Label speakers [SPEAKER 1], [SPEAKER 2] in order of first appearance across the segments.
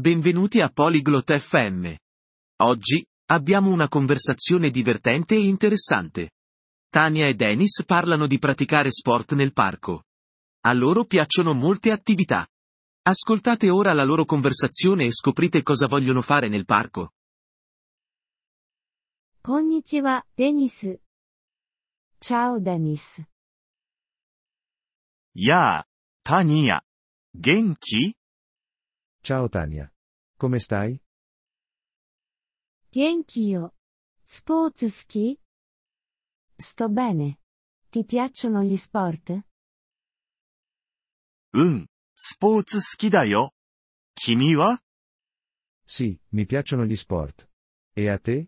[SPEAKER 1] Benvenuti a Polyglot FM. Oggi, abbiamo una conversazione divertente e interessante. Tania e Dennis parlano di praticare sport nel parco. A loro piacciono molte attività. Ascoltate ora la loro conversazione e scoprite cosa vogliono fare nel parco.
[SPEAKER 2] こんにちは、デニス。チャオ、デニス。
[SPEAKER 3] やあ、タニア。元気
[SPEAKER 4] Ciao Tania. Come stai?
[SPEAKER 2] 元気よ。スポーツ好き ?sto bene. Ti piacciono gli sport?
[SPEAKER 3] うん、スポーツ好きだよ。君は
[SPEAKER 4] Sì, mi piacciono gli sport. E a te?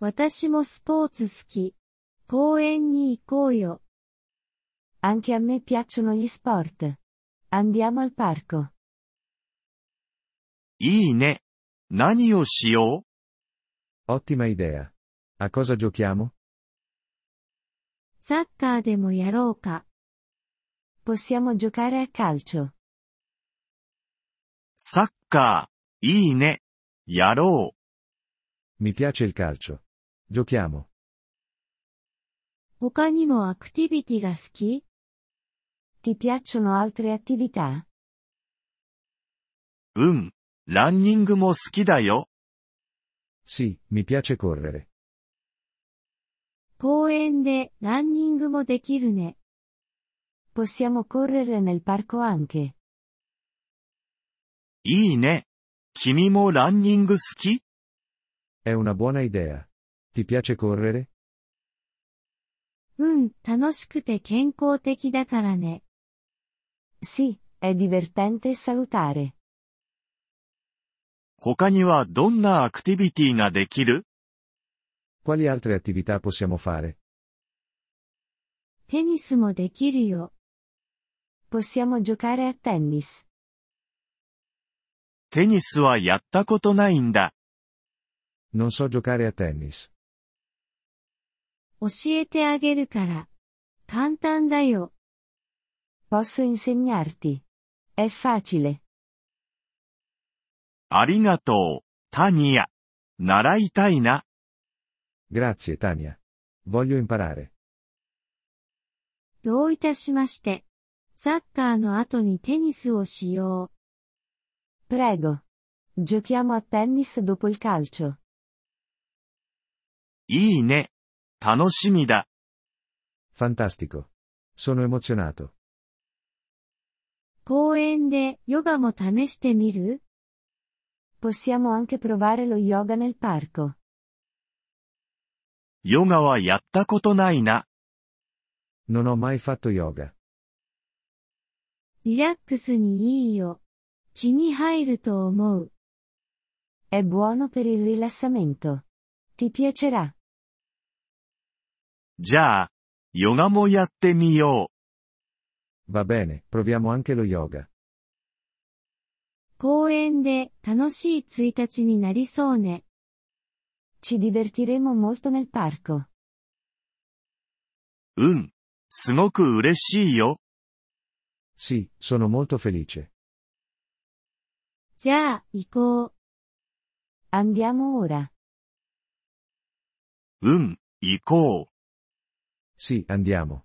[SPEAKER 2] 私もスポーツ好き。公園に行こうよ。Anche a me piacciono gli sport. Andiamo al parco.
[SPEAKER 3] いいね。何をしよ
[SPEAKER 4] Ottima idea. A cosa giochiamo?
[SPEAKER 2] サッカーでもやろうか。possiamo giocare a calcio.
[SPEAKER 3] うサッカー。いいね。やろ
[SPEAKER 4] Mi piace il calcio. Giochiamo.
[SPEAKER 2] 他にもアクティビティが好き Ti piacciono altre attività?
[SPEAKER 3] う。うん。ランニングも好きだよ。
[SPEAKER 4] Sì, mi piace correre.
[SPEAKER 2] 公園でランニングもできるね。Possiamo correre nel parco anche.
[SPEAKER 3] いいね。君もランニング好き
[SPEAKER 4] È una buona idea. Ti piace correre?
[SPEAKER 2] うん、楽しくて健康的だからね。Sì, è divertente e salutare.
[SPEAKER 3] 他にはどんなアクティビティができる
[SPEAKER 4] Quali altre attività possiamo fare?
[SPEAKER 2] テニスもできるよ。Possiamo giocare a tennis.
[SPEAKER 3] テニスはやったことないんだ。
[SPEAKER 4] Non so giocare a tennis.
[SPEAKER 2] 教えてあげるから。簡単だよ。Posso insegnarti. È facile.
[SPEAKER 3] ありがとう、タニア。習いたいな。
[SPEAKER 4] Grazie Tania. Voglio imparare.
[SPEAKER 2] どういたしまして。サッカーの後にテニスをしよう。prego。giochiamo a tennis dopo il calcio。
[SPEAKER 3] いいね。楽しみだ。
[SPEAKER 4] Fantastico. Sono emozionato.
[SPEAKER 2] 公園でヨガも試してみる possiamo anche provare lo yoga nel parco。
[SPEAKER 3] ヨガはやったことないな。
[SPEAKER 4] Non ho mai fatto yoga.
[SPEAKER 2] リラックスにいいよ。気に入ると思う。è buono per il rilassamento。ti piacerà。
[SPEAKER 3] じゃあ、ヨガもやってみよ
[SPEAKER 4] Va bene, proviamo anche lo yoga.
[SPEAKER 2] 公園で楽しい1日になりそうね。ci divertiremo molto nel parco。
[SPEAKER 3] う。うん。すごく嬉しいよ。
[SPEAKER 4] Sì, sono molto felice.
[SPEAKER 2] じゃあ、行こう。andiamo ora。
[SPEAKER 3] うん。行こう。
[SPEAKER 4] Sì, andiamo.